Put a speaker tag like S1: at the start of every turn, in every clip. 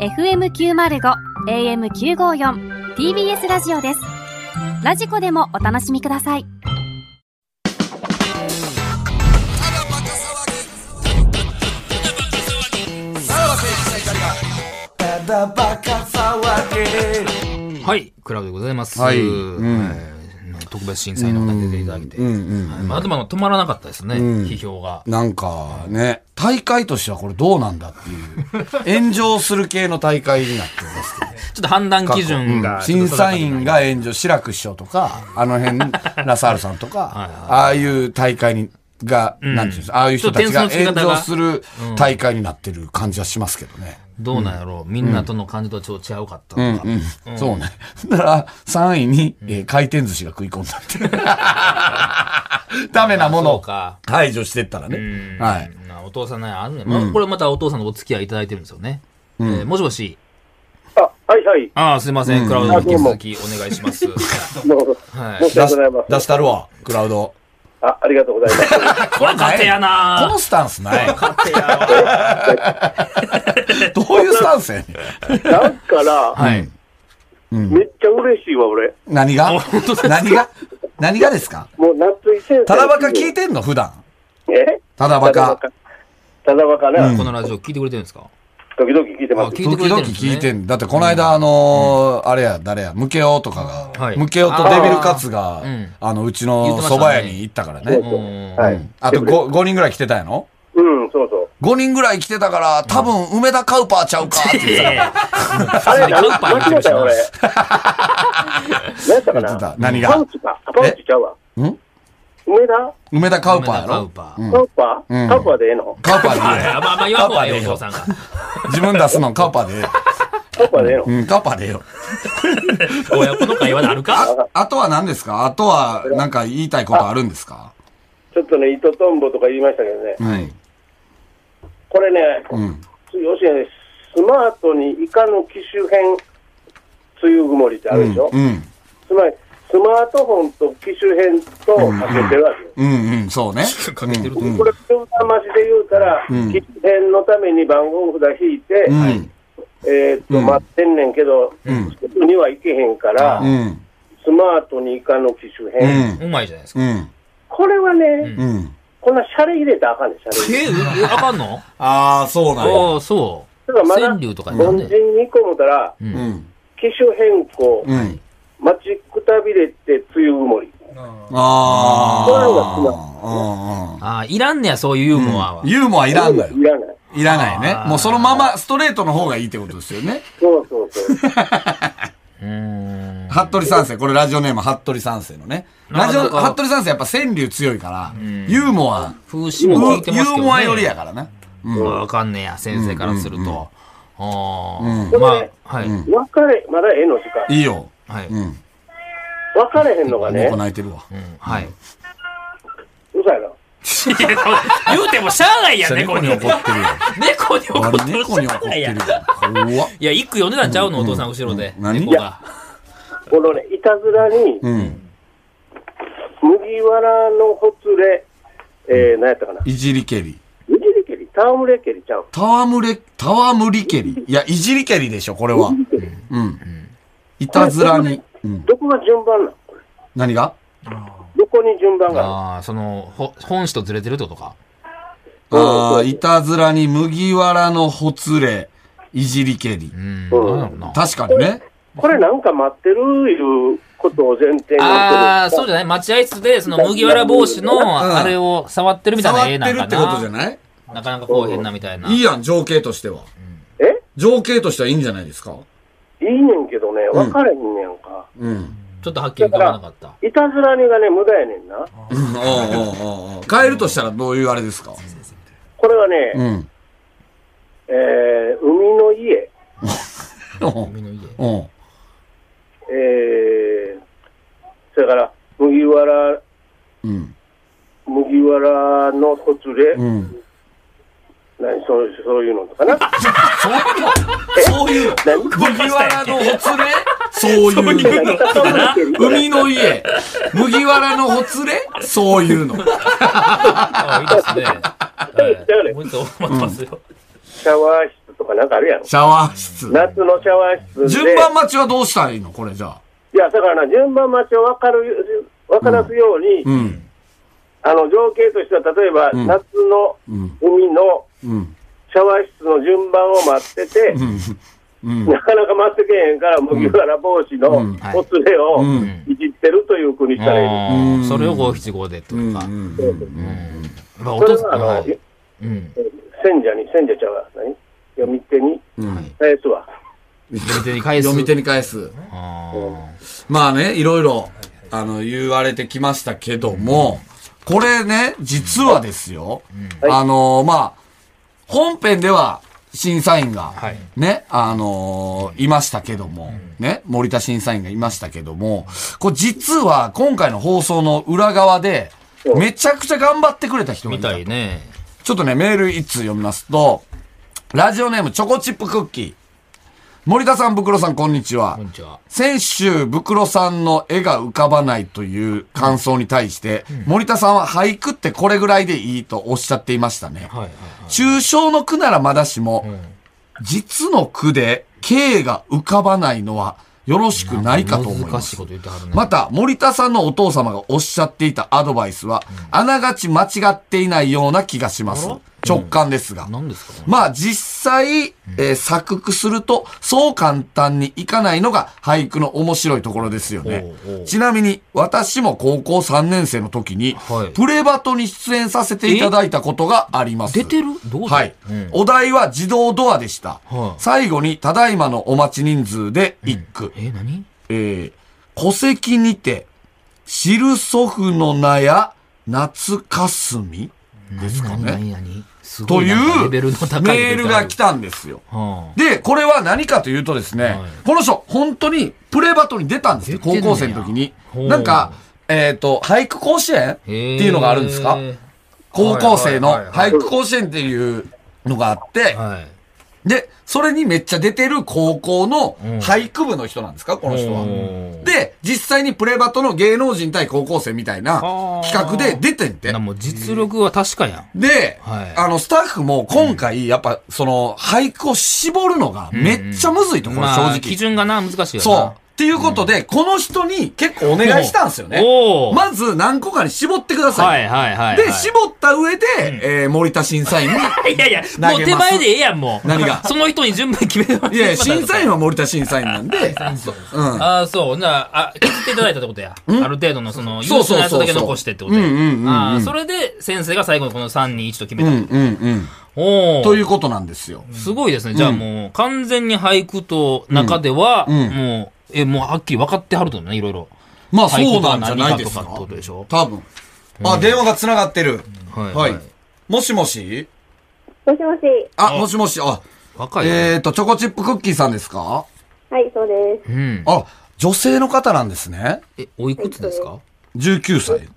S1: FM905 AM954 TBS ラジオですラジコでもお楽しみください
S2: はい、クラブでございます。
S3: はいうん
S2: はいね特別審査員の方に出ていただいて。
S3: うんうん
S2: はいまあでも止まらなかったですね、
S3: うん
S2: 批評が。
S3: なんかね、大会としてはこれどうなんだって いう、炎上する系の大会になってますけど。
S2: ちょっと判断基準が、
S3: うん審査員が炎上、志らく師匠とか、あの 辺、ラサールさんとか、
S2: いはい
S3: ああいう大会に、が、なんていうんですか、ああいう人たちが
S2: ちょっと点数の付け
S3: 炎
S2: 方が
S3: 上する大会になってる感じはしますけどね。
S2: どうなんやろう、みんなとの感じとはちょっと違うかったのか。
S3: うん、そうね。だから、3位に、えー回転寿司が食い込んだって いう。ダメなもの
S2: そう
S3: を
S2: か。
S3: 排除してったらね。はい。
S2: なお父さんね、あるね。まあこれまたお父さんのお付き合いいただいてるんですよね。えーもしもし。
S4: あ、はいはい。
S2: ああ、すいません。クラウドに
S4: あどうも
S2: 引き続きお願いします。
S4: どうも
S2: はい
S4: 申。し
S3: 出
S4: 訳
S3: し
S4: ございません
S3: 出したるわ、クラウド。
S4: あ、ありがとうございます。
S2: これ勝手や
S3: こ
S2: な
S3: のスタンスない。
S2: 勝手やわ
S3: どういうスタンスやねん。
S4: だから、
S2: はい。
S4: めっちゃ嬉しいわ、俺。
S3: 何
S2: あ
S3: が
S2: 本当ですか
S3: 何が何がですか
S4: もう、夏井先生。
S3: ただバカ聞いてんの普段。
S4: え
S3: ただバカ。。
S4: ただバカな、
S2: このラジオ聞いてくれてるんですか
S4: 時々聞いてま
S2: あ
S4: す。
S2: 聞いてく
S3: 時
S2: れて
S3: 々
S2: るんですね
S3: 聞いてんだってこの間、あのーあれや、誰や、ムケオとかが、
S2: はい
S3: ムケオとデビルカツが、
S2: あ
S3: あ
S2: ーうん
S3: の、うち
S2: 言っ
S3: の
S2: てまし
S3: 蕎
S2: たね
S3: 麦屋に行ったからね。
S4: そう
S2: う
S4: そ
S2: ん
S4: う。はい。
S3: あと 5, 五人ぐらい来てたんやろ
S4: うん、そうそう。
S3: ?5 人ぐらい来てたから、多分、梅田カウパーちゃうかって言ってた。
S4: あれ、
S2: カ
S4: な
S2: ウパー言って
S4: 間違
S2: る
S4: えたよ、
S2: し
S4: 俺。
S3: 言っ
S4: 何やったか
S3: てた
S4: な
S3: 何
S4: パ
S3: が
S4: ウチか。あ、パウチちゃうわ。
S3: ん
S4: 梅田
S3: 梅田カウパーや
S2: カウ
S3: ろ
S2: パ
S3: う
S2: ー。
S3: ん
S4: カウパ
S3: う
S4: ー
S3: ん
S4: カウパーでええの
S3: カウパー
S2: あ
S3: でええ
S2: れ
S3: よ
S2: まあまあ言わん方がええよ、お
S3: カ
S2: 父
S3: ウパーで
S2: さんが。
S3: 自分出すのカウパーでええよ。
S4: カウパーでええの
S3: うん、カウパーでええよ。
S2: 親子の会話であるか
S3: あとは何ですかあとは、なんか言いたいことあるんですか
S4: ちょっとね、糸とんぼとか言いましたけどね。
S3: はい。
S4: これね、
S3: うん。
S4: 要するに、スマートにイカの機種編、梅雨曇りってあるでしょ
S3: うん。
S4: つまり、スマートフォンと機種変とかけてるわけよ。
S3: うんうん、そうね。
S2: かけてると
S3: うん
S4: これ、普通のマジで言うたら、
S3: ん
S4: 機種変のために番号札引いて、
S3: うん。
S4: えーっと、
S3: うん
S4: 待ってんねんけど、
S3: ん
S4: すぐにはいけへんから、
S3: うん。
S4: スマートにイカの機種
S3: う
S4: 変。
S3: ん。
S2: うまいじゃないですか。
S3: うん。
S4: これはね、
S3: うん。
S4: こんなシャレ入れたらあかんねん、シャレ入れ。
S2: え、えあかんの
S3: ああ、そうなんや。
S2: ああ、そ
S4: だから
S2: う。
S4: まだ
S2: 川、柳とかにな
S4: 凡
S2: ん
S4: 人
S2: ね。
S4: に個もたら、
S2: う。
S3: うんん。
S4: 機種変更、
S3: うん。
S4: 待ちくたびれて梅雨曇り。
S3: あ
S4: そう
S3: あ。
S2: ああ、いらんねや、そういうユーモアは
S3: うん。。ユーモアいらんのよ。
S4: いらない。
S3: いらないね
S2: あ。ー
S3: もうそのままストレートの方がいいってことですよね。
S4: そうそ うそう。
S2: うーん。
S3: 服部三世、これラジオネーム服部三世のね。ラジオ、
S2: なんか
S3: 服部三世やっぱ川柳強いから、ユーモア、
S2: 風刺
S3: ユ
S2: も効いてますけど
S3: ー
S2: ね。
S3: モアよりやからな。うん。
S2: うん。わかんねえや、先生からすると。あ
S3: う
S2: あ。
S4: ん
S2: まあ、はい。
S3: うん
S4: 別れ、まだええの時間。
S3: いいよ。
S2: はい。
S3: う。
S2: うん
S4: 別れへんのがね
S3: 猫、泣いてるわ。
S2: んはい。
S4: うざいな。
S2: 言うてもしゃあないやん、猫
S3: 猫
S2: に
S3: に
S2: 怒
S3: 怒
S2: っ
S3: っててるよ。
S2: 猫に怒
S3: あ
S2: って
S3: れ
S2: も
S3: 猫に
S2: し
S3: 怒
S2: ゃ
S3: っ
S2: あな
S3: てる
S2: いや
S3: よ
S2: ん。。
S3: 怖っ。
S2: いや、一句読んでたんちゃうの、お父さん後ろで。
S3: うん何
S2: 猫が。
S4: このね、いたずらに、
S3: うん。
S4: 麦わらのほつれ、えー、何やったかな。
S3: いじりけり。
S4: うじりけり、戯れけりちゃう。
S3: 戯れ、戯りけり。いや、いじりけりでしょ、これは。うん。いたずらに。うん。
S4: どこが順番なのこれ
S3: 何が
S4: どこに順番があ
S2: ああ、その、ほ本誌とずれてるってことか。
S3: ああ、いたずらに麦わらのほつれ、いじりけり
S2: う。ん。
S4: うん
S2: なんだろうな。
S3: 確かにね。
S4: るこれなんか待ってるいうことを前提に
S2: あ
S4: や
S2: あ、
S4: って
S2: そうじ
S4: る。
S2: ゃない待合室で、その麦わら帽子の、あれを触ってるみたい
S3: 触
S2: な
S3: って
S2: 絵なん
S3: る
S2: か
S3: ってことじゃ
S2: な。
S3: ない
S2: なかなかこう変なみたいな。
S3: いいやん、情景としては。
S4: え
S3: 情景としてはいいんじゃないですか
S4: いいねんけどね、分かれへんねやんか。
S3: うん。
S2: ちょっとはっきり浮かばなかった。
S4: いたずらにがね、無駄やねんな。
S3: うん、おうおうおうおう変えるとしたらどういうあれですか
S4: これはね、
S3: うん。
S4: えー、海の家、
S3: おう
S2: 海の家。
S3: おう
S4: えー、それから麦わら、
S3: うん。
S4: 麦わらのほつれ、
S3: うん。
S4: 何そうそういうのとかな。
S3: そういう、
S4: 何
S3: 麦わらのほつれそういうの。海の家、麦わらのほつれそういうの。
S2: ああ、いいですね。はいもう一度思ってますよ。
S4: シャワー室とかかなんかあるやん。
S3: シャワー室。
S4: 夏のシャワー室で。
S3: 順番待ちはどうしたらいいのこれじゃあ。
S4: いや、だからな、順番待ちを分かる、分からすように、
S3: うん。
S4: あの、情景としては、例えば、
S3: ん
S4: 夏の
S3: うん。
S4: 海の
S3: うん。
S4: シャワー室の順番を待ってて、
S3: うん。うん。
S4: なかなか待ってけへんから、麦わら帽子の
S3: うん
S2: はい
S4: お連れを
S3: うん
S4: いじってるという句にしたらいいで
S2: あ
S4: す。
S2: ー
S3: うん
S2: それを五七五でと
S3: うん。
S2: か。うん
S3: う
S2: まあ、お
S4: それ
S2: 父さ
S4: は、あ
S2: ん、
S4: の、
S2: はい。うん。
S4: 賢者に、賢者ちゃうわ。何読み手に
S3: ん。
S4: 返すわ。
S2: 読み手に返す。
S3: 読み手に返す。
S2: あ
S3: まあね、いろいろ、あの、言われてきましたけども、これね、実はですよ、
S4: はい
S3: あのまあ、本編では審査員が、
S2: はい
S3: ね、あのいましたけども、ね、森田審査員がいましたけども、これ実は今回の放送の裏側で、めちゃくちゃ頑張ってくれた人
S2: ー
S3: がい
S2: み
S3: た
S2: たいね。
S3: ちょっとね、メール一通読みますと、ラジオネームチョコチップクッキー。森田さん、袋さん、こんにちは
S2: こん。にちは。
S3: 先週、ブクロさんの絵が浮かばないという感想に対して、森田さんは俳句ってこれぐらいでいいとおっしゃっていましたね。
S2: はいはい
S3: 抽象の句ならまだしも、実の句で形が浮かばないのはよろしく
S2: は。
S3: ないいかと思いま
S2: 難しい
S3: す
S2: こ。と言ってはるね。
S3: また、森田さんのお父様がおっしゃっていたアドバイスは、あながち間違っていないような気がします
S2: あら。
S3: 直感ですが。
S2: 何ですか
S3: まあ実際、えー作曲するとそう簡単にいかないのが俳句の面白いところですよね
S2: おうおう。
S3: ちなみに私も高校3年生の時に、
S2: はい
S3: プレバトに出演させていただいたことがあります。
S2: 出てるどうだ
S3: はい、
S2: うん
S3: お題は自動ドアでした。
S2: はい
S3: 最後にただいまのお待ち人数で一句。
S2: え、何
S3: えー戸籍にて、知る祖父の名や夏かすみですか
S2: 何
S3: ね。
S2: 何何すご
S3: と
S2: い
S3: い
S2: なんか
S3: う
S2: レベルの高い
S3: メールが来
S2: た。
S3: たんですよ。
S2: はあ
S3: で、これは何かというとですね、
S2: はい
S3: この人、本当にプレバトに出たんですよ、
S2: 出て
S3: 高
S2: んねや
S3: 校生の時に。
S2: ほう
S3: なんか、えっ、と、俳句甲子園って
S2: へー
S3: いうのがあるんですか高校生の
S2: はいはいはい
S3: 俳句甲子園っていうのがあって、
S2: はい。
S3: で、それにめっちゃ出てる高校の
S2: うん
S3: 俳句部の人なんですか、この人は
S2: お。ー
S3: で、実際にプレバトの芸能人対高校生みたいな
S2: ー
S3: 企画で出てんて
S2: な。もう実力は確かやん。
S3: で、
S2: はい
S3: あの、スタッフも今回、やっぱ、その、俳句を絞るのがめっちゃむずいと、これ正
S2: まあ
S3: 直。
S2: 基準がな、難しいよな。
S3: そう。っていうことで、この人に結構お願いしたんですよね
S2: おお。
S3: まず何個かに絞ってくださ。
S2: はいいはいはいはい。
S3: で、絞った上で、えー森田審査員 に。
S2: いやいや、もう手前でええやん、もう。
S3: 何が
S2: その人に順番決めてもらって
S3: いやいや、審査員は森田審査員なんで、うん。
S2: ああ、そう。じゃあ、あ、削っていただいたってことや。ある程度の、その、優
S3: そう
S2: 秀
S3: そうそう
S2: なやつ
S3: そう
S2: だけ残してってこと
S3: う
S2: や
S3: んうんうんう。ん
S2: ああ、それで、先生が最後にこの3、2、1と決め
S3: うん、う
S2: た。
S3: ん、うん。
S2: おお。
S3: ということなんですよ。
S2: すごいですね。じゃあもう、完全に俳句と中では、
S3: んうん
S2: もう、え、もうはっきり分かってはると思うね、いろいろ。
S3: まあ、そうなんじゃないです
S2: 俳句とは何かと
S3: か
S2: かってことでしょ。
S3: 多分。あ、電話が繋がってる。
S2: はい
S3: はい。もしもし
S5: もしもし。
S3: あ、もしもし、あ、
S2: 若いね。
S3: えっと、チョコチップクッキーさんですか
S5: はい、そうです。
S2: うん。
S3: あ、女性の方なんですね。
S2: え、おいくつですか
S3: 19歳。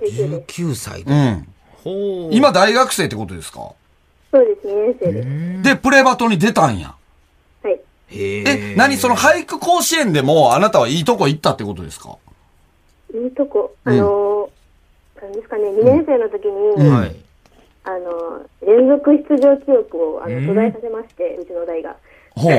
S5: 19です。
S2: ?9 歳
S3: う。ん。
S2: ほう。
S3: 今大学生ってことですか
S5: そうです、2年生です。
S3: で、プレバトに出たんや。
S5: はい。
S2: へ
S3: え
S2: え、。
S3: 何その俳句甲子園でもあなたはいいとこ行ったってことですか
S5: いいとこ、あのー、なんですかね、2年生の時に、
S2: はい。
S5: あのー、連続出場記録をあ
S2: うん
S5: の途絶えさせまして、うちの代が。
S3: ほう。
S2: は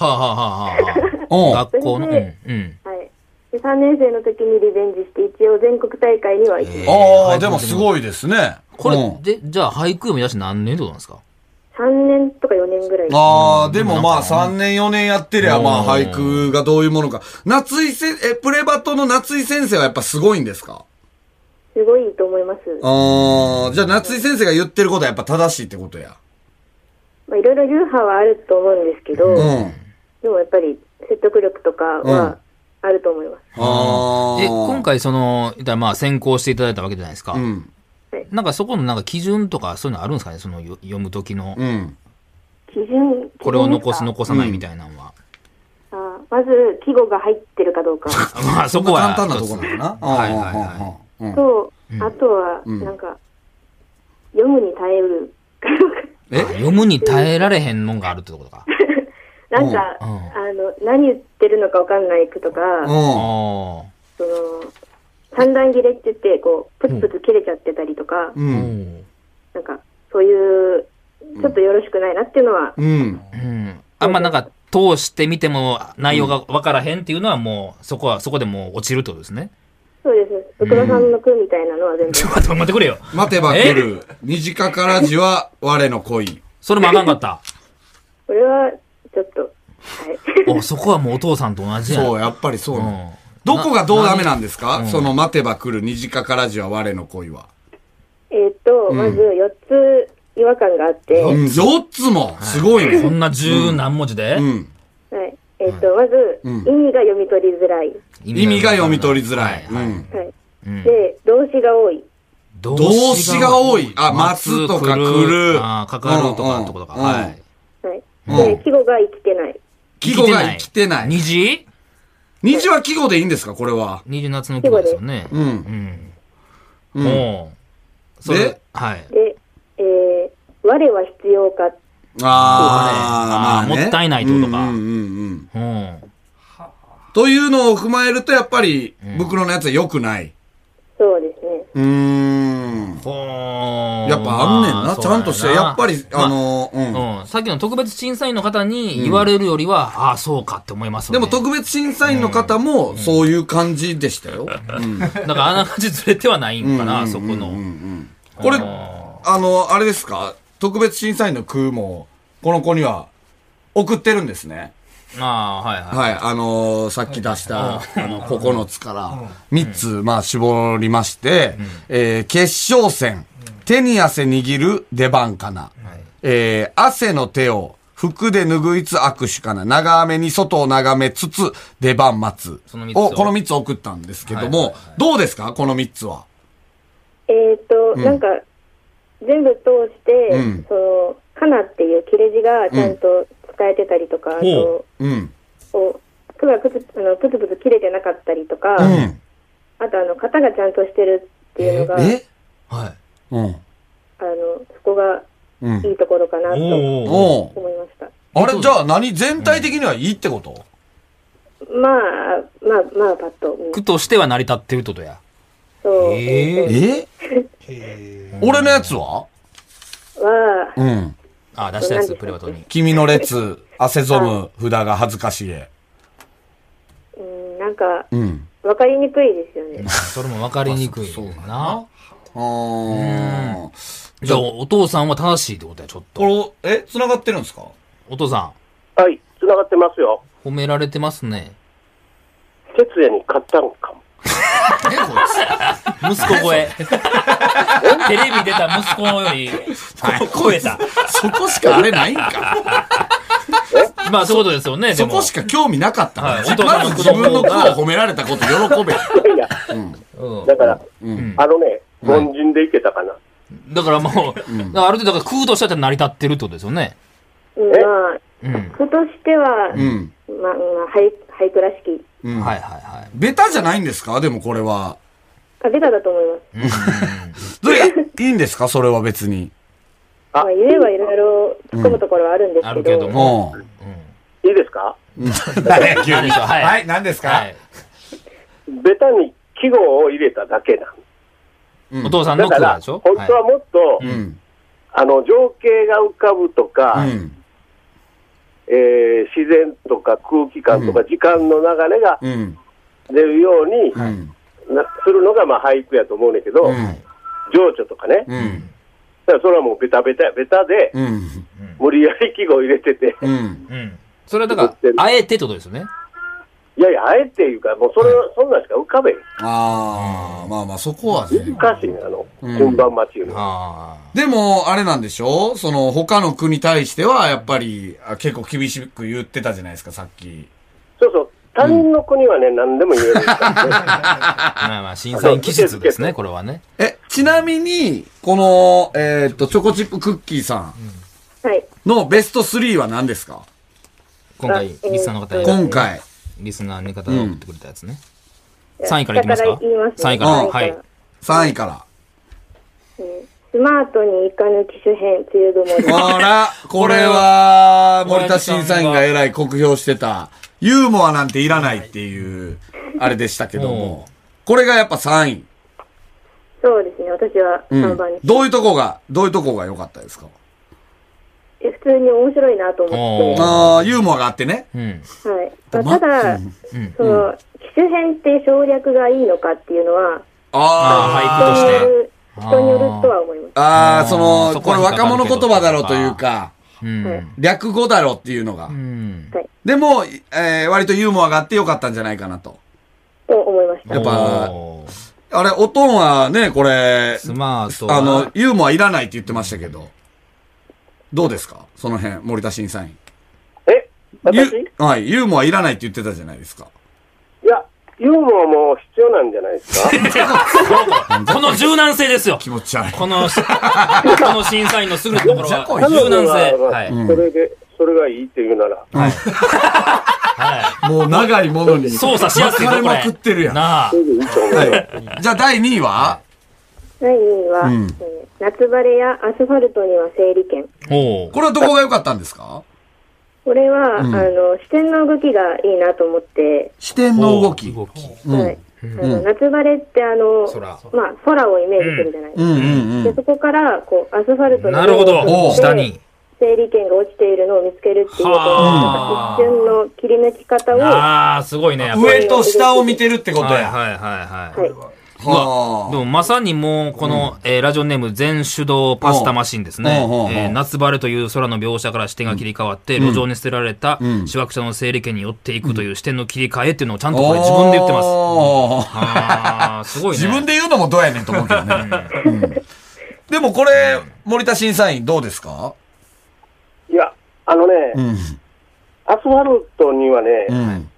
S2: あ、はあはあは
S3: お
S2: あ、
S3: う
S2: はあ。学校の、
S5: それで
S2: うん。うん
S5: はい。で、3年生の時にリベンジして、一応全国大会には行きました。
S3: ああ、でもすごいですね。
S2: こ
S3: うん
S2: れ、で、じゃあ俳句読み出して何年ってことなんですか
S5: 3年とか4年ぐらい。
S3: ああ、でもまあ3年4年やってりゃまあ俳句がどういうものか。夏井先え、プレバトの夏井先生はやっぱすごいんですか
S5: すごいと思います。
S3: ああ、じゃあ夏井先生が言ってることはやっぱ正しいってことや。
S5: まあ、いろいろ流派はあると思うんですけど、
S3: うん。
S5: でもやっぱり説得力とか
S3: うん
S5: はあると思います。
S3: ああ。
S2: え、今。回その、言ったらまあ先行していただいたわけじゃないですか。
S3: うん。
S2: なんかそこのなんか基準とかそういうのあるんですかねそのよ読む時の、
S3: うん。
S5: 基準、
S2: これを残す
S5: 基準です
S2: 残
S5: か
S2: さないみたいなのは。
S5: あーまず、季語が入ってるかどうか
S2: まあそこは。
S3: 簡単なとこなのかな。
S2: はいはいは
S3: うんうんうんうん
S5: と、あとは、なんか、読むに耐えるかどうか。
S2: い。あ読むに耐えられへんもんがあるってことか。
S5: なんか、
S2: うんうん
S5: あの、何言ってるのかわかんない句とか、
S2: あ
S3: うん。
S2: あ。
S5: その、三段切れって言って、こう、プツプツ切れちゃってたりとか、
S3: うん。
S2: ん。
S5: なんか、そういうちょっとよろしくないなっていうのは、
S6: うん。
S2: うん。あんまなんか、通してみても内容がわからへんっていうのはもう、そこは、そこでもう落ちるってことですね。
S5: そうです。福田さんの句みたいなのは全
S2: ちょ
S5: 然
S2: っ。と待って待ってくれよ。
S3: 待てば来る。虹かからじは我の恋。
S2: それもあかんかった。
S5: これは、ちょっと、はい。
S2: お、そこはもうお父さんと同じやん。
S3: そう、やっぱりそうなの
S2: うん
S3: どこがどうダメなんです
S2: う
S3: か
S2: ん
S3: その待てば来る虹かからじは我の恋は。
S5: えっと、まず4つ違和感があって、
S3: うん、4つもすごい
S2: こ
S3: ね。
S2: んな十何文字で、
S3: うん。
S5: はい。えっと、まず、意味が読み取りづらい。
S3: 意味が読み取りづらい。
S2: はは
S3: うん
S5: はい。
S2: うん
S5: で、動詞が多い。
S2: 動
S3: 動詞が多いあ松とか来る
S2: あーかかるとかってことか。
S3: うんうん
S2: はい。
S5: はい。
S3: う
S5: で
S3: ん、
S5: 季語が生きてない。
S3: 季語が生きてない。
S2: 虹
S3: 虹は季語でいいんですかこれは。
S2: 虹夏の季語ですよね。
S3: う。
S2: うんん。
S3: うん
S2: もう、それ
S3: で、
S2: はい。
S5: で、えー、我は必要か。
S3: あー、まあ
S2: そうだねあー
S3: ね
S2: もったいないってことか
S3: うんうんうんうん。
S2: うん。
S3: というのを踏まえると、やっぱり、袋のやつは良くない。
S5: そうですね。
S3: うーん。
S2: ほー
S3: やっぱあんねん
S2: まあ
S3: な。ちゃんとして、
S2: そうだな
S3: やっぱり、
S2: ま
S3: あの、うん。
S2: うん、さっきの特別審査員の方に言われるよりは、ああ、そうかって思いますよ
S3: で
S2: ね。
S3: も特別審査員の方も、そういう感じでしたよ。うん
S2: だからあながちずれてはないんかな、そこ
S3: うんうんう
S2: の。
S3: んこれ、あの、あれですか特別審査員の空も、この子には、送ってるんですね。
S2: ああ、はいはい。
S3: はい、あのーさっき出した、あの、9つから、3つ、まあ、絞りまして、えー決勝戦、手に汗握る出番かな、えー汗の手を、服で拭いつ握手かな、長雨に外を眺めつつ、出番待つ。
S2: その三つを
S3: を、この3つ送ったんですけども、
S2: はいはい
S3: どうですかこの3つは。
S5: えっと、なんか、全部通して、
S3: うん
S5: その、かなっていう切れ字がちゃんと伝えてたりとか、あと、
S3: うん。
S5: こう、句がプツあのプツプツ切れてなかったりとか、
S3: うん。
S5: あと、あの、型がちゃんとしてるっていうのが、あ
S3: え
S2: はい。
S3: うん。
S5: の、そこが
S3: うん
S5: い。いところかなと思
S2: おーおー。
S3: おう
S5: いました。
S3: あれ、じゃあ何全体的にはいいってこと、
S5: まあ、まあ、まあ、パッと見。
S2: 句としては成り立ってるってことや。
S5: そう。
S2: え
S5: え
S3: え俺のやつは
S5: ーは、
S3: うん。
S2: ああ、出したやつ、プレバトに。
S3: 君の列、汗ぞむ札が恥ずかしげ。
S5: うん、なんか、
S3: うん。
S5: わかりにくいですよね。
S2: それも分かりにくい。 そうだな。
S3: あ
S2: じゃあ、お父さんは正しいってことや、ちょっと。
S3: これ、え、繋がってるんですか
S2: お父さ
S4: はい、繋がってますよ。
S2: ん、褒められてますね。
S4: 哲也に買ったんかも。
S2: 息子超え。 テレビ出た息子より、超えた。
S3: そこしかあれないんか。
S2: まあ、そういうことですよね、で
S3: そ
S2: も
S3: こし。か興味なかったから。
S2: はいお父さん
S3: まず自分の句を褒められたこと喜べ。
S4: いやいや、
S2: うん
S4: だから、
S2: ん
S4: あのね、凡人でいけたかな。
S2: だからもう、だからある程度、だから空としては成り立ってるってことですよね。
S5: うん、
S4: え
S5: まあ、
S2: うん。
S5: 句としては、
S3: うん。
S5: まあ、まあ、俳俳句らしき。
S3: うん。
S2: はいはいはい。
S3: ベタじゃないんですかでもこれは。
S5: あ、ベタだと思います。
S3: それ、いいんですかそれは別に。
S5: まあ、言えばいろいろ突っ込むところはあるんで
S2: あ
S5: す
S2: る
S5: け
S2: け
S5: ど、
S2: ど
S3: う
S2: も。
S3: ん。
S4: いいですか
S2: 何でしょうはい。
S3: はい、何ですか、
S2: はい
S4: ベタに季語を入れただけなん
S3: うん
S2: お父さん
S4: だ
S2: の
S4: か
S2: 空
S4: ら、
S2: でしょ
S4: 本当はもっと、
S3: うん。
S4: あの情景が浮かぶとか、
S3: うん。
S4: えー自然とか空気感とか時間の流れが
S3: うん。
S4: 出るように
S3: う、ん。
S4: なするのがまあ俳句やと思うねんだけど、
S3: うん。
S4: 情緒とかね、
S3: うん。
S4: だからそれはもうベタベタベタで、
S3: うん。
S4: 無理やり季語入れてて、
S3: うん。
S2: うん。それはだから、あえてってことですよね。
S4: いやいや、あえていうか、もうそれ、そんなんしか浮かべん、
S3: ああ、まあまあそこはね。
S4: 難しいね、あの、
S3: うん
S4: 順番待ちいうのは。
S2: ああ。
S3: でも、あれなんでしょその、他の国に対しては、やっぱり、あ結構厳しく言ってたじゃないですか、さっき。
S4: そうそう、他人の国はね、何でも言えるからね
S2: まあまあ、審査員気質ですね、これはね。
S3: え、ちなみに、この、えーっと、チョコチップクッキーさ
S5: はい。
S3: んのベスト3は何ですか
S2: 今回、リスナーの方
S5: う
S2: や
S5: ん
S3: 今回。
S2: リスナーの方が送ってくれたやつね。
S5: じゃあ
S2: 3位からいきますか
S5: 下言いますね
S2: 3位から
S5: 3位
S2: はい
S3: 3位から。
S5: えースマートにイカ抜き種編、梅雨曇り。
S3: ほら、これは、森田審査員がえらい酷評してた、ユーモアなんていらないっていう、あれでしたけども。これがやっぱ3位。
S5: そうですね、私は
S3: う
S5: 3
S3: ん
S5: 番に。。
S3: どういうとこが、どういうとこが良かったですか
S5: え普通に面白いなと思って、
S3: ああ、ユーモアがあってね。
S2: うん。
S5: はいまあ、ただ、その機種編って省略がいいのかっていうのは、
S3: あ
S2: ああ、俳句と
S5: 人に
S2: し
S5: よ
S2: て。
S5: る人によるとは思います
S3: あ、ああ、そ
S2: あー
S3: の、
S2: そ
S3: これ
S2: こは引っ
S3: 若
S2: かか
S3: 者
S2: るけど
S3: 言葉だろうというか、
S2: うん。
S3: 略語だろうっていうのが
S2: う。ん。
S3: でも、えー割とユーモアがあってよかったんじゃないかなと。
S5: と思いました。
S3: やっぱ
S2: おー、
S3: あれ、おとんはね、これ、
S2: スマートは
S3: あの、、ユーモアいらないって言ってましたけど、どうですかその辺、森田審査員。
S4: え
S3: ユ
S4: 私
S3: はい、ユーモアいらないって言ってたじゃないですか。
S4: いや、ユーモアも必要なんじゃないですか
S2: この柔軟性ですよ。
S3: 気持ち悪い。
S2: この、この審査員の優れたところ
S3: じゃこ
S2: は、
S3: い
S2: 柔軟性。
S4: まあ
S2: はい。
S4: それで、それがいいっていうなら、
S2: は
S3: もう長いものに。
S2: い。操作しやすいぞ、これ。
S3: 分かれまくってるやん
S2: なあ
S4: そ。れでいいと思います。
S3: はい。じゃあ、第2位は
S5: 第2位は、
S3: ん
S5: えー夏晴れやアスファルトには整理券。
S2: おう
S3: これはどこが良かったんですか
S5: これ
S3: ん
S5: は、あの、視点の動きがいいなと思って、
S3: 視点の動き。
S2: 動き。
S5: はい。あの夏晴れってあの、
S2: 空
S5: まあ、空をイメージするじゃないです
S3: う
S5: か。
S3: んうんう
S5: で
S3: ん。
S5: そこからこうアスファルトの
S2: なるほ
S3: お
S2: ど。
S3: う
S2: 下に。
S5: 整理券が落ちているのを見つけるっていうこう
S2: はあ
S5: 一瞬の切り抜き方をは
S2: ああ、すごいね。やっぱり
S3: 上と下を見てるってこと
S2: はい
S3: や。
S2: はいはいはい。
S5: い
S2: で
S3: は
S2: もまさにもう、この、えーラジオネーム全手動パスタマシンですね。
S3: うんうんうん
S2: えー夏晴れという空の描写から視点が切り替わって、路上に捨てられた、しわくちゃの整理券に寄っていくという視点の切り替えっていうのをちゃん
S3: あ。
S2: とこれ自分で言ってます。
S3: おー
S2: ああ、すごいね。
S3: 自分で言うのもどうやねんと思うけどね。うんでもこれ、森田審査員どうですか
S4: いや、あのね、
S3: ん
S4: アスファルトにはね、
S3: ん。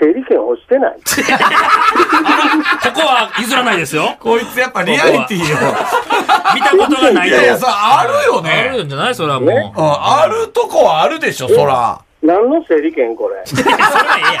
S4: 整理券落ちてない。
S2: ここは譲らないですよ。
S3: こいつやっぱリアリティを。
S2: 見たことがないいと。
S3: やいや、そう、あるよ
S2: あ
S3: ね。
S2: るんじゃないそれはもう。
S4: ね
S3: うん、あるとこはあるでしょ、そら。
S4: 何の整理券これ。
S2: それはええやん。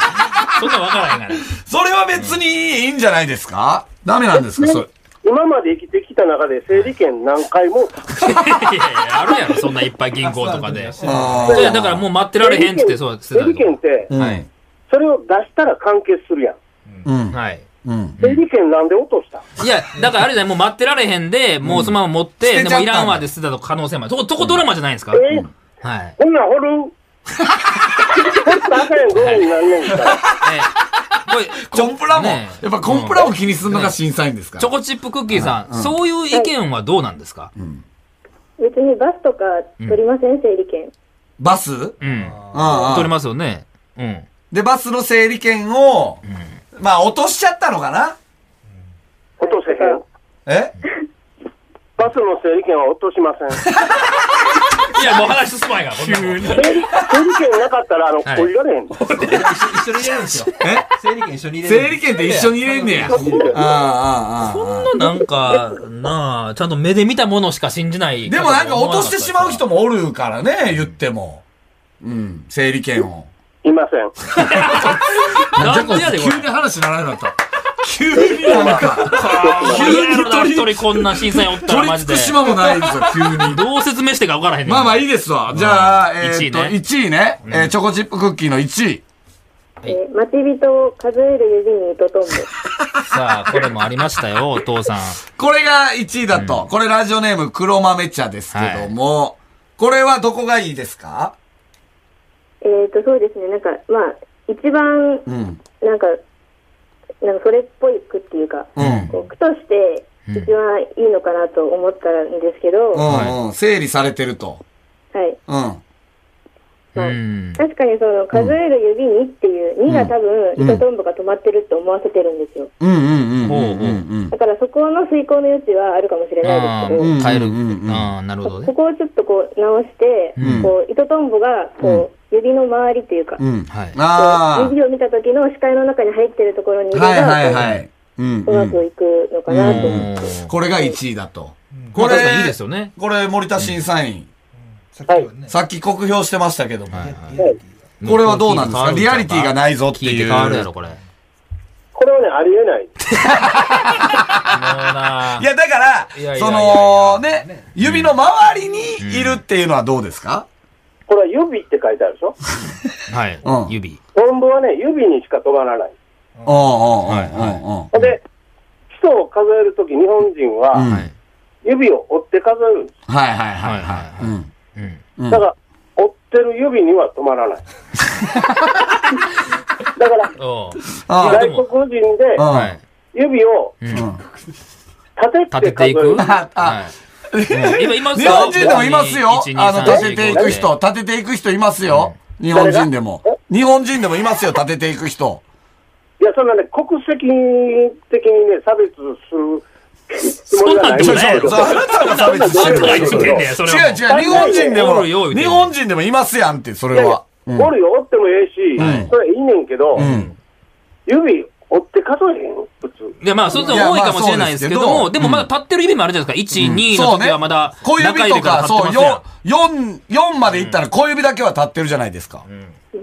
S2: そんなん分からへんから。
S3: それは別にいいんじゃないですかダメなんですかそれ。
S4: 今まで生きてきた中で整理券何回も、
S2: いやいや、あるやろ、そんないっぱい銀行とかで。
S3: あ
S2: いや、だからもう待ってられへんっつって、そう、して
S4: 整
S2: たけ
S4: 理券って
S3: う、ん。はい。
S4: それを出したら完結するやん。
S3: うん
S2: ど。。はい。
S3: うん。
S4: 整理券なんで落とした
S2: いや、だからあれだよ、もう待ってられへんで、もうそのまま持っ
S3: うん捨
S2: て、
S3: てちゃ
S2: で
S3: ったん
S2: も
S3: だ
S2: いらんわで捨てたと可能性もある。そこ、そこドラマじゃないんですか
S4: え
S2: はい。
S4: こんなん掘る掘ったらあかんやん、どうになんねんから。
S2: ええこれ
S3: コンプラも、や
S2: ねえ
S3: っぱコンプラを気にするのが審査員ですか
S2: チョ
S3: ら。
S2: コチップクッキーさん、そういう意見はどうなんですか
S5: 別にバスとか取りません、整理券
S3: バスうん
S2: うん。
S3: う
S2: 取り
S3: ん。
S2: ますよね。うん。
S3: で、バスの整理券を、まあ、落としちゃったのかな
S4: 落とせへん。
S3: え
S4: バスの整理券は落としません。整
S2: いや、もう話進まへんから、こんなもん
S4: 理整理券なかったら、あの、
S2: はい
S4: こりられへん。
S7: 一緒に入れるんですよ。整理券一緒に入れる
S3: 整理券って一緒に入れんねや。ああ、ああ、ああ。
S2: なんか、なあ、ちゃんと目で見たものしか信じない。
S3: でもなんか落としてしまう人もおるからね、言っても。うん、整理券を。
S4: いません。
S2: なんでやで、これ
S3: 急に。話にならなかった。急になんか、
S2: 急に
S3: 急に
S2: 一人こんな審査員おったら
S3: 取り
S2: マ
S3: つ
S2: ジ
S3: く
S2: で。
S3: 島もないんですよ、急に。
S2: どう説明してか分からへんねん
S3: まあまあいいですわ。じゃあ、えーっと、
S2: 1位ね
S3: 1位ね。えーチョコチップクッキーの1位。
S5: えー待ち人を数える指に糸とんぼ。
S2: さあ、これもありましたよ、お父さん。
S3: これが1位だと。これラジオネーム黒豆茶ですけども、これはどこがいいですか
S5: えっ、と、そうですね。なんか、まあ、一番、
S3: ん
S5: なんか、なんかそれっぽい句っていうか、
S3: うん。
S5: こう句として一番いいのかなと思ったんですけど、
S3: う
S5: は
S3: んうん。整理されてると。
S5: い。
S3: うん。
S5: まあ
S2: うん。
S5: 確かにその数える指にっていう、2が多分糸とんぼが止まってると思わせてるんですよ。
S3: うんうんうん
S2: ほう
S3: うんうん。
S5: だからそこの遂行の余地はあるかもしれな
S2: あ
S5: い
S2: あ、
S5: ですけど、
S2: 変える。
S3: うんうんうん
S2: ああ、なるほど
S5: こ
S2: ね。
S5: こをちょっとこう直して、こう糸とんぼがこう指の周りというか、こ
S3: うん。
S2: はい。
S3: あ
S5: う指を見た時の視界の中に入ってるところにい
S3: あ。
S5: れば、
S3: はいはいはい。うん、
S5: こう
S3: う
S5: うまく
S3: ん。
S5: いくのかなと思って。
S3: これが1位だと。
S2: こ
S3: こ
S2: れ
S3: れ、
S2: いいですよね。
S3: これ森田審査員、
S7: さっきのね。
S3: さっき酷評してましたけども、
S2: はい
S3: これはどうなんですかリアリティがないぞっていう
S2: 聞いて変わるやろ、これ。も
S4: これはね、ありえない。
S2: うない
S3: や、だから、
S2: いやいや
S3: そのね、指の周りにいるっていうのはどうですか、
S4: これは指って書いてあるでしょ
S2: はい、
S3: うん
S2: 指。
S4: トンボはね、指にしか止まらない。
S3: うん、うん、うん、うん。
S4: で、人を数えるとき、日本人
S3: うん
S4: は
S2: はい。
S4: 指を折って数えるんです。
S3: はいはいはい
S2: はい
S3: は。
S2: はい
S3: うん。
S2: うん。
S4: だから、折ってる指には止まらない。だから、
S3: あ
S2: あで
S4: 外
S2: も
S4: 国人で
S3: うん
S2: はい。
S4: 指を立
S2: 立て
S4: てて
S2: て
S4: 数
S2: い
S4: え
S2: く
S4: る。。
S2: はいうん今、今、
S3: 日本人でもいますよ。あの、立てていく人、。立てていく人いますよ。日本人でも。日本人でもいますよ、立てていく人。
S4: いや、そんなね、国籍的にね、差別するつも
S2: そ
S4: り
S2: ん
S4: は
S2: な
S4: なん
S2: で
S4: い
S3: そうそう
S2: もないやろ。
S3: そう。あなたが差別してる
S2: そんなんどう言ってんねんそれは
S3: 違う違う、日本人で
S2: おるよ
S3: も、
S2: 言うて
S3: 日本人でもいますやんって、そ
S4: い
S3: れ
S4: やいや
S3: は。うん
S4: おるよ、おってもええし、
S3: ん
S4: それいいねんけど、
S3: ん
S4: 指折って数えへん普通。
S2: いや、まあ、そういうの多いかもしれないですけど
S3: いやまあそう
S2: も、
S3: ですけど
S2: でもまだ立ってる意味もあるじゃないですか。1、2
S3: そ
S2: の
S3: うね
S2: 時はまだ、
S3: 小
S2: 中
S3: 指
S2: 指
S3: と
S2: か
S3: か、
S2: ら立っ
S3: そ
S2: てま
S3: う、
S2: すやん
S3: 4、四四までいったら小指だけは立ってるじゃないですか。
S4: 1、2、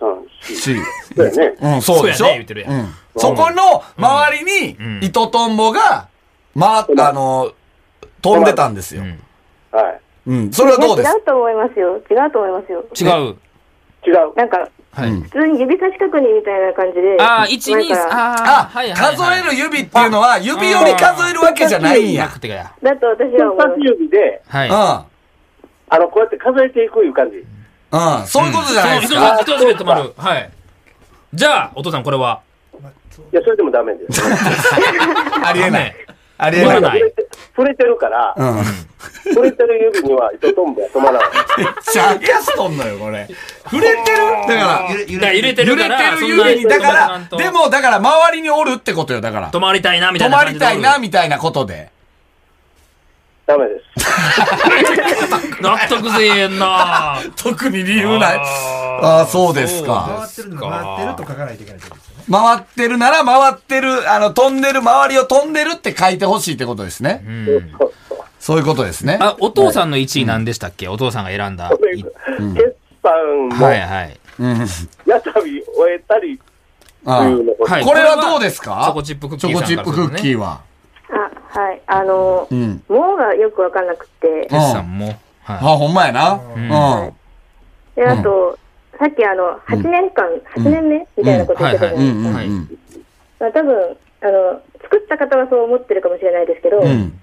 S4: 3、4。
S3: し
S4: そうやね。
S3: うん、そうでしょ
S2: そうやね言ってるやん
S3: うんそこの周りに、糸とんぼが、ま、あの、飛んでたんですよ。
S4: はい。
S3: うん、それはどうです
S5: 違うと思いますよ。違うと思いますよ。
S2: 違う。
S4: 違う。
S5: なんか、
S2: はい
S5: 普通に指差し確認みたいな感じで。
S2: ああ、1、2、
S5: なんか
S2: ああ、
S3: あ
S2: はい、はい。
S3: 数える指っていうのは、指より数えるわけじゃないん
S2: な
S3: や。
S2: くてや。
S5: だと私は
S4: 人
S5: 思いま
S4: 差
S5: す
S4: し。指で、
S2: はい。
S3: う
S4: あの、こうやって数えていくいう感じ。
S3: ん。うん。そういうことじゃないですか。
S2: そう人差し指で止まる。はい。じゃあ、お父さんこれは。
S4: いや、それでもダメです。
S3: ありえない。ありえ
S2: 止ま
S3: な
S2: ら
S3: い。
S2: ない。
S4: 触れてるから、
S3: うん。
S4: 触れてる指には糸とんぼは止まらない。
S3: ちゃやすとんのよ、これ。触れてるだから、
S2: だから揺れて
S3: 揺
S2: る
S3: れ
S2: から、
S3: てる
S2: そんな
S3: 指に、だから、で、
S2: 止まらんと
S3: も、だから、周りにおるってことよ、だから。
S2: 止まりたいな、みた
S3: 止
S2: いな
S3: ま
S2: 感
S3: り
S2: じで。
S3: たいな、みたいなことで。
S4: ダメです。
S2: 納得せえへんな
S3: 特に理由ない。あ
S2: あ
S3: あ、そうですか。
S7: 回ってるのが回ってると書かないといけないってことですよね。
S3: 回ってるなら、回ってる、あの、飛んでる、周りを飛んでるって書いてほしいってことですね。
S4: そうそう
S3: そういうことですね。
S2: あ、お父さんの1位何でしたっけお父さんが選んだ。い
S4: 決算も、
S2: はいはい。
S3: うん。
S4: やたび終えたりと
S3: あ
S4: いうの
S2: はい
S3: これはどうですか
S2: チョコチップクッキー
S3: チョ
S2: さん
S3: コ
S2: からす
S3: チ
S2: る
S3: ッ
S2: と
S3: プ
S2: ね
S3: クッキーは。
S5: あ、はい。あの、
S3: う
S5: も
S3: ん。
S5: うがよくわかんなくて。
S2: 決算も。
S3: あ、
S2: は
S3: ほんまやな。うん。
S5: で、あと、さっきあの、8年間、8年目みたいなこと言ってたじゃ
S3: う
S5: ないです
S3: ん
S5: か
S3: うん
S2: は
S3: う
S2: い
S3: ん。
S5: まあ、多分あの作った方はそう思ってるかもしれないですけど、
S3: うん。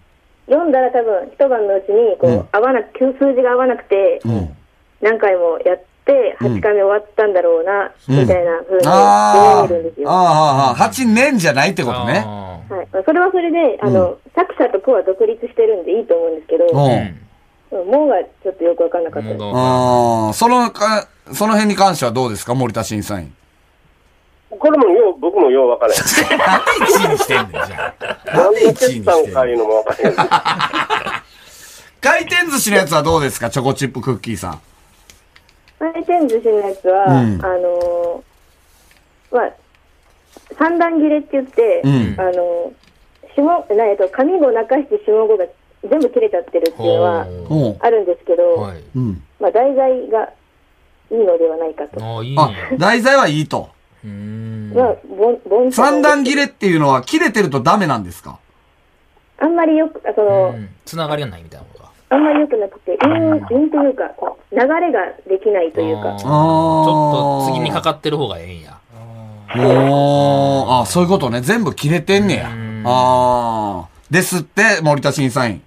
S5: 読んだら多分一晩のうちにこう、合わなく数字が合わなくて、
S3: ん
S5: 何回もやって8回目終わったんだろうな、
S3: うん
S5: みたいなふうに思
S3: あ
S5: えるんです
S3: ー
S5: よ。は
S3: あー、あー8年じゃないって
S2: い。
S3: ことね。
S2: あ
S5: いまあ、それはそれであの、作者と子は独立してるんでいいと思うんですけど
S3: う。
S2: ー。うんん。
S5: もうがちょっとよく分かんなかったです。
S2: も
S3: ああ、そのか、その辺に関してはどうですか森田審査員。
S4: これもよう、僕もようわからへん。
S3: 何1位にしてんねん、じゃあ。
S4: 何の決算かいうのもわからへん。
S3: 回転寿司のやつはどうですかチョコチップクッキーさん。
S5: 回転寿司のやつは、
S3: うん
S5: あのーまあ、三段切れって言って、
S3: うん
S5: あのー下なえっと上五中七下五が全部切れちゃってるっていうのは
S2: う
S3: おう。
S5: あるんですけど、
S2: はい。
S3: うん。
S5: まあ、題材がいいのではないかと。
S2: ああ、いい
S3: あ
S2: ね。、
S3: 題材はいいと。
S2: うーん。
S5: まあ、ぼんぼん
S3: 三段切れっていうのは切れてるとダメなんですか
S5: あんまりよくあそ
S2: う
S5: の、
S2: んつながりがないみたいなことが。
S5: あんまりよくなくて因因というかこう流れができないという
S2: あ
S5: か
S2: ーち
S3: あー
S2: ょっと次にかかってる方がええんや。
S3: おー、あ、そういうことね。全部切れてんねや
S2: うん。
S3: あー。ですって、森田審査員。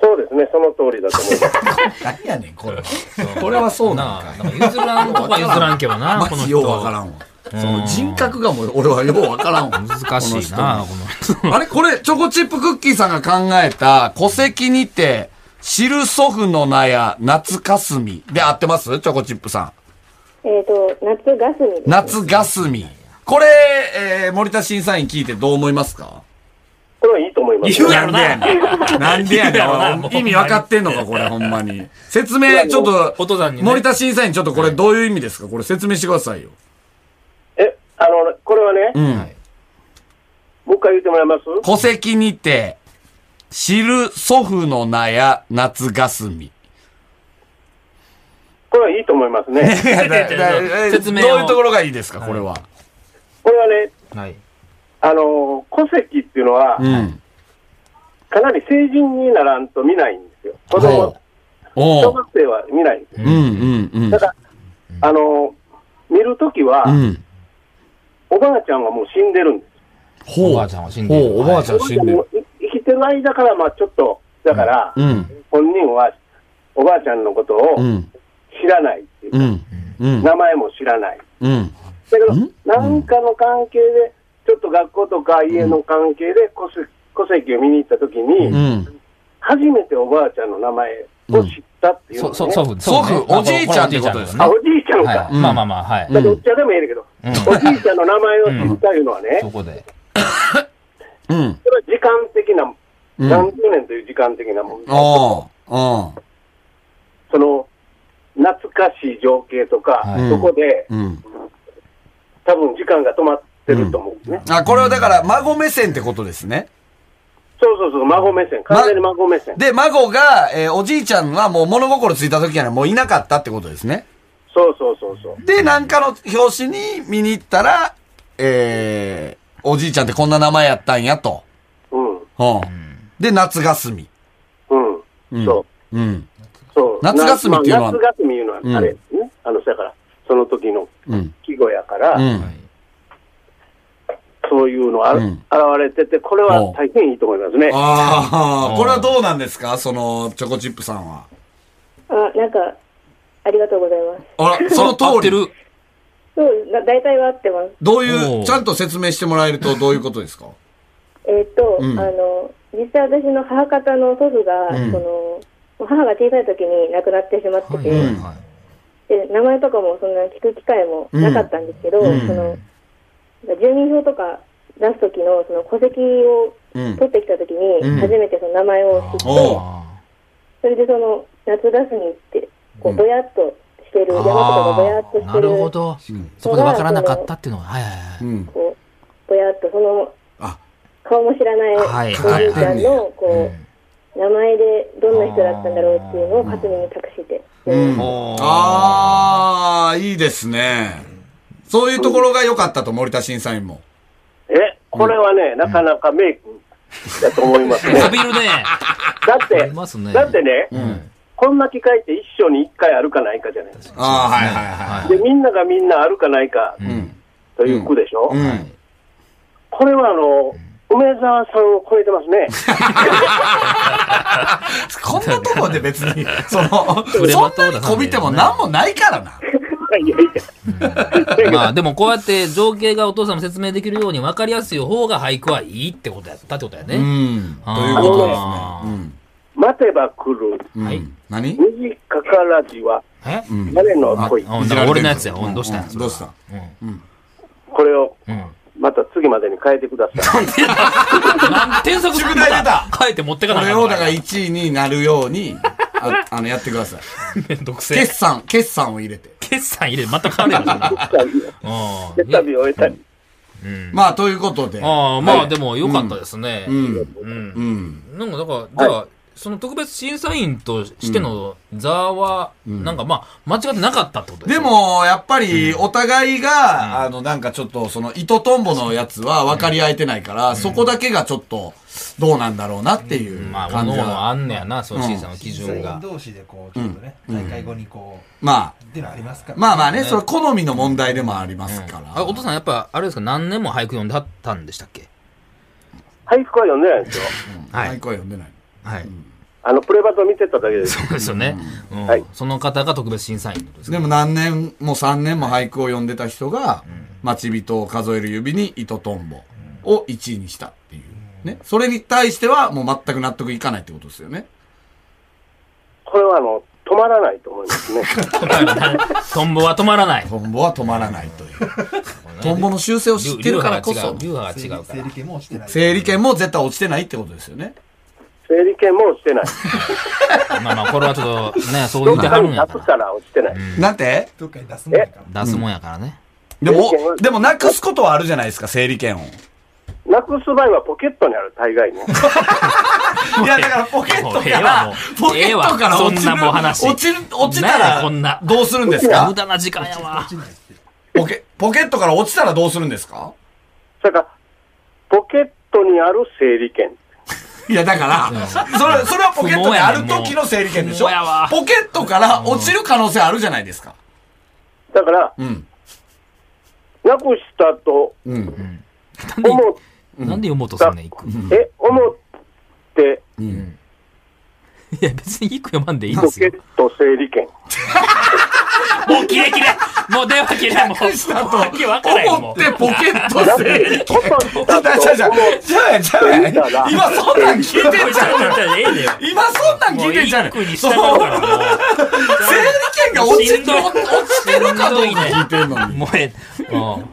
S4: そうですね、その通りだと思います。
S3: 何やねん、これは。これはそうなんか
S2: なあなんか譲らんとこは譲らんけど な、この人。
S3: んわ。その人格がもう、俺はようわからんわ。
S2: 難しいな、この人。
S3: あれこれ、チョコチップクッキーさんが考えた、戸籍にて、知る祖父の名や、夏霞。で合ってますチョコチップさ
S5: えっ、と夏ガスに
S3: ん。夏霞。これ、えー、森田審査員聞いてどう思いますか
S4: これはいいと思 います
S2: 言。うやろ
S3: な
S2: な
S3: んでやねん。なんでやね
S2: 言うやろなん
S3: おい。意味わかってんのか、これ、ほんまに。説明、ちょっと、
S2: お父さんにね
S3: 森田審査員、ちょっとこれどういう意味ですかこれ説明してくださいよ。
S4: え、あの、これはね、
S3: うん。
S4: もう一回言ってもらえます
S3: 戸籍にて、知る祖父の名や、夏霞。
S4: これはいいと思いますね。
S3: いやだ
S2: いや
S3: だえ
S2: 説明を
S3: どういうところがいいですか、これは。
S4: これはね、
S2: はい。
S4: あの、戸籍っていうのは、
S3: うん。
S4: かなり成人にならんと見ないんですよ。子供、
S3: お
S4: 小
S3: う
S4: 学生は見ないんですよ。
S3: うんうんうん
S4: だ。から、あの、見るときは、
S3: うん。
S4: おばあちゃんはもう死んでるんです。
S3: ほう。
S2: おばあちゃんは死んでる
S3: ほうおばあちゃん
S4: おばあ
S3: 死
S4: ちゃ
S3: ん
S4: ん
S3: で
S4: も
S3: る。
S4: い生きてる間から、まあちょっと、だから、
S3: うん。
S4: 本人はおばあちゃんのことを
S3: うん。
S4: 知らないってい
S3: う
S4: うか、
S3: ん。うん。
S4: 名前も知らない。
S3: うん。
S4: だけど、なんかの関係で、ちょっと学校とか家の関係で戸籍戸籍を見に行ったときに、
S3: うん。
S4: 初めておばあちゃんの名前を知ったっていうの
S2: そ、
S4: ね
S2: そ、祖父。
S8: 祖父
S2: ねまあ
S8: おじいちゃんってことですね
S4: あ、
S2: こ
S4: お
S2: の
S4: じいちゃん
S2: おじいちゃんですね
S4: か。
S2: はい。まあまあまあ、はい。
S4: だっておっちゃんでもええねんけど、
S2: う
S4: おじいちゃんの名前を知ったいうのはね、
S2: そこで。
S3: うん。
S4: それは時間的な、
S3: うん
S4: 何十年という時間的なもんで、
S3: おー。
S4: その、懐かしい情景とか、
S2: はい
S4: そこで、
S3: うん。うん。
S4: 多分時間が止まってると思うね。
S3: あ、これはだから、孫目線ってことですね。
S4: そうそうそう、孫目線、完全に孫目線。
S3: で、孫が、えーおじいちゃんはもう物心ついた時にはもういなかったってことですね。
S4: そうそうそうそう。
S3: で、なんかの表紙に見に行ったら、えー、おじいちゃんってこんな名前やったんやと。
S4: う
S3: う
S4: ん、
S3: ん。で、夏霞。
S4: うん、そう。
S3: うん。
S4: そう。
S3: 夏休みっていうのは
S4: なまあ夏休みいうのは、あれですね。あの、だから、その時の
S3: うん。
S4: 季語やから、
S3: うん。
S4: そういうのあ、
S3: うん
S4: 現れてて、これは大変いいと思いますね。
S3: ああ、 これはどうなんですかその、チョコチップさんは。
S5: あ、なんか、ありがとうございます。
S3: あ ら、その
S2: 合っ
S3: 通
S2: て
S3: り。
S2: る。
S5: そう、だ大体は合ってます。
S3: どう
S2: お
S3: いうう、ちゃんと説明してもらえるとどういうことですか
S5: えっと、
S3: うん
S5: あの、実際私の母方の祖父が、
S3: うん
S5: その、母が小さい時に亡くなってしまってて、
S3: い
S5: で名前とかもそんな聞く機会もなかったんですけど、
S3: うん
S5: その住民票とか出す時のその戸籍を
S3: うん。
S5: 取ってきた時
S3: うん
S5: に初めてその名前を知って、
S3: おう
S5: それでその夏休みってこ
S3: う
S5: うんぼやっとしてる、
S9: あ
S5: 山とかがぼやっと
S9: ー
S5: し
S9: な
S5: て
S9: る
S5: る
S9: ほど。そこでわからなかったっていうのは、はいはいはい。
S3: うん。
S5: こうぼやっとその
S3: あ
S5: 顔も知らない
S9: はい
S5: おじいちゃんのこう名前でどんな人だったんだろうっていうのを勝手に託して、
S3: うん。ああ、いいですね。そういうところが良かったと、森田審査員も。
S4: え、これはね、なかなか名句だと思いますね。
S2: 飛びるね。
S4: だっ
S9: あ
S4: て
S9: り、ますね。
S4: だってね、こんな機会って一生に一回あるかないかじゃないですか。
S3: ああ、はいは
S4: で、みんながみんなあるかないか
S3: いはい。うん。
S4: という句でしょ、
S3: うん。
S4: これはあの、梅沢さんを超えてます ね。
S8: こんなとこで別に、 その、そ
S2: 売れ場
S8: ん
S2: と
S8: なにこびても何もないからな。
S4: いやいや。
S2: まあでもこうやって情景がお父さんも説明できるように分かりやすい方が俳句はいいってことやったってことやね。
S3: うん。
S2: あ
S3: と
S2: ー
S3: いうことですね。
S4: 待てば来る、
S3: うん。
S2: は
S3: はいい。何
S4: 虹かからじは、
S2: え
S3: うん
S4: 誰の
S2: あ
S4: 恋。
S2: あだから俺のやつや。おいどうしたん
S3: う
S2: や
S3: ん
S2: それは
S3: どうした
S4: これを、
S2: うん。うん
S4: また次までに変えてください。
S2: なん添削するん
S3: 宿題出
S2: だ
S3: た
S2: 変えて持ってか
S3: こ
S2: な
S3: れをだから
S2: い。
S3: 1位になるように、ああの、やってください。
S2: めんどくせえ
S3: 決。算、決算を入れて。
S2: 決算入れ、全く変わるやろな。う
S4: で、
S2: ん。
S4: 旅を終えたり。
S3: まあ、ということで。
S2: ああ、まあでも良かったですね
S3: う。ん。
S2: うん。
S3: うん。
S2: なんか、だから、じゃあ、その特別審査員としての座は、なんかまあ、間違ってなかったってこと
S3: で
S2: よね、
S3: も、やっぱり、お互いが、あの、なんかちょっと、その、糸とんぼのやつは分かり合えてないから、そこだけがちょっと、どうなんだろうなっていう
S2: まあ、各
S3: 感じ
S2: 々
S3: は。
S2: あんねやな、そう、審査の基準が。
S7: 同士でこう、ちょっとね、大会後にこ
S3: まあ
S7: う、、っていうのありますから。
S3: まあまあね、その好みの問題でもありますから。
S2: あお父さん、やっぱ、あれですか、何年も俳句読んではったんでしたっけ
S4: 俳句は読んでないんですよ。
S2: は
S3: はい、
S2: い。
S3: 声読んでない。
S2: はい。
S4: あの、プレバト見てただけです。
S2: そうですよね。うん
S4: はい
S2: その方が特別審査員ってことですね
S3: でも何年も3年も俳句を読んでた人が、待ち人を数える指に糸とんぼを1位にしたっていう。ね。それに対してはもう全く納得いかないってことですよね。
S4: これはあの、止まらないと思いますね。
S2: トンボは止まらない。
S3: トンボは止まらないという。トンボの修正を知ってるからこそ、
S2: 流派
S7: 整
S2: が違う。流派が違うか
S7: 理整理券も落ちてない。
S3: 整理券も絶対落ちてないってことですよね。
S4: 整理券も落ちてない。
S2: ら。まあまあ、これはちょっと、ね、そう
S4: ど
S2: 言っ
S4: っ
S2: て
S4: か
S2: はるん
S4: に
S2: や
S4: 立
S2: か
S4: つから落ちてない。
S3: なんて
S7: どっかに出すもんやから。
S2: ら。出すもんやからね。
S3: でも
S4: 整理券は、
S3: でもなくすことはあるじゃないですか、整理券を。
S4: なくす場合はポケットにある、大概ね。
S3: いや、だからポケットから、
S2: も
S3: ポ
S2: うえ
S3: ケ
S2: え
S3: ッ
S2: わ
S3: トから
S2: もう
S3: 落
S2: ええ
S3: ちる、
S2: わそんなもう話
S3: 落ちる、落ちた
S2: なんや
S3: ら
S2: こんな、
S3: どうするんですか
S2: 無駄な時間やわ。
S3: ポケ、ポケットから落ちたらどうするんですか
S4: それから、ポケットにある整理券。
S3: いや、だから、それ、それはポケットにある時の整理券でしょ
S2: 不毛やわ
S3: ポケットから落ちる可能性あるじゃないですか。
S4: だから、
S3: ん
S4: なくしたと
S3: うん。
S4: 思っ
S2: なんで読もうとすんねん、行く。
S4: え、思って、
S10: いや、別に一個読まんでいいで
S4: ポ
S10: す
S4: ケ
S10: よ。
S4: ット整理券。
S2: もうキレキレ。もう電話切れ。もう、もうわけわからんよ。
S3: 思
S2: も
S3: ってポケット
S4: だっ
S3: 整
S4: て
S3: 理、
S4: ちょっとし
S3: じゃ
S4: た
S3: あじゃあ
S4: と
S3: じゃあじゃ
S4: 思っ
S3: あじゃあ
S4: てたら、
S3: 今そんなん聞いてん
S2: う。ちょっと待ってええでよ。
S3: 今そんなん
S2: も
S3: 聞
S2: う
S3: いてん
S2: 一
S3: じゃね
S2: 句にしたかったらも
S3: 整理券が落ちて落ちてるかどうか聞いてんの
S2: う。
S3: に。
S2: もうええ。うん。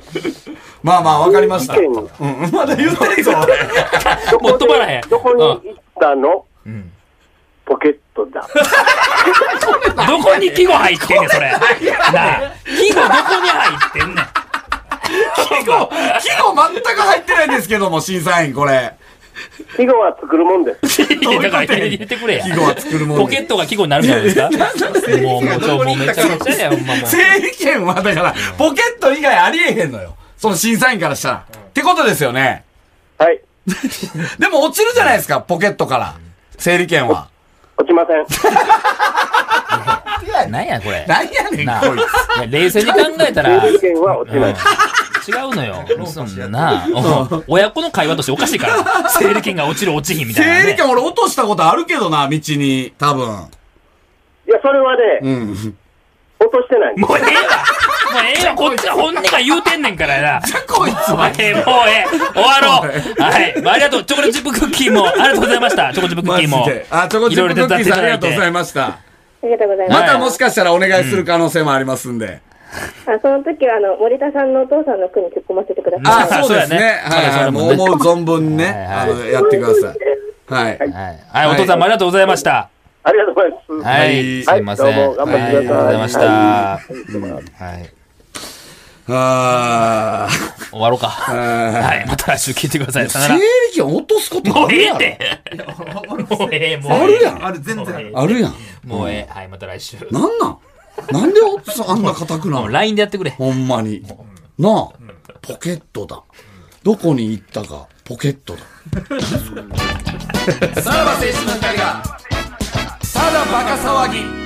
S3: まあまあ、わかりました。
S4: 意見に
S3: うん、まだ言ってんぞ、俺。
S4: ど
S2: もっ
S4: こと
S2: ばらへ
S4: で
S2: ん、
S4: どこに行ったのポケットだ。
S2: どこに季語入ってんねん、それ。なあ、季語どこに入ってんねん。
S3: 季語、季語全く入ってないんですけども、審査員、これ。
S4: 季語は作るもんです。
S2: いやだから言ってくれや。
S3: 季語は作るもんで
S2: ポケットが季語になるじゃないですか。もう、もう、ちょもうめちゃめちゃや、ほんまもう。
S3: 整理券は、だから、ポケット以外ありえへんのよ。その審査員からしたら。ってことですよね。
S4: はい。
S3: でも落ちるじゃないですか、ポケットから。整理券は。
S4: 落ちません。
S2: 何や、これ。
S3: なんやねん、
S2: なあ
S3: こいつ。
S2: いや冷静に考え たら、
S4: 整理券は落ちない。
S2: 違うのよ。そんな、うん親子の会話としておかし いから。整理券が落ちる落ちひんみたいな、ね。
S3: 整理券俺落としたことあるけどな、道に。多分。
S4: いや、それはね、
S3: うん。
S4: 落としてない。
S2: もうええわ。もうええわ。こっちは本音が言うてんねんからな。
S3: こいつ
S2: お
S3: は。
S2: 前もうええ。終わ ろう。はい。まあありがとう。チョコレートチップクッキーも、ありがとうございました。チョコチップクッ
S3: マ
S2: キー
S3: ジ
S2: も。
S3: で。あ、チョコチップクッキーさんありがとうござい
S2: ま
S3: ました。
S5: ありがとうございます
S3: ま。たもしかしたらお願いする可能性もありますんで。
S5: あその時はあの森田さんのお父さんの句に突っ込ませてください。
S3: あ
S2: は、い
S3: そうですね。
S2: そうやね
S3: はい
S2: そう
S3: は
S2: や
S3: い。
S2: も
S3: も
S2: ん
S3: う
S2: ね
S3: 思う存分ね、
S2: は
S3: あ
S2: いはい
S3: の、やってください。はい。
S2: はい。はい。お父さんもありがとうございました。
S4: ありがとうございます。
S2: は
S3: はい
S2: い。すいません。
S4: どうも頑張ってくださ
S2: あ
S4: い
S2: りがとうございました。はい。
S3: あー
S2: 終わろうか。はい。また来週聞いてください。さよ
S3: 整
S2: な
S3: 理
S2: ら。
S3: 券落とすこと
S2: も
S3: あ
S2: う
S3: る
S2: ええ
S3: や
S2: っ
S3: ん。
S2: て。もうええ、もうええ。
S3: あるやん。
S7: ある、全然ある。
S3: あるやん。
S2: もうええ。はい。また来週。
S3: なんなんなんでそあんな硬くな
S2: もう
S3: る
S2: LINE でやってくれ。
S3: ほんまに。なあ、ポケットだ。どこに行ったか、ポケッ トだ。さらば青春の光が、ただバカ騒ぎ。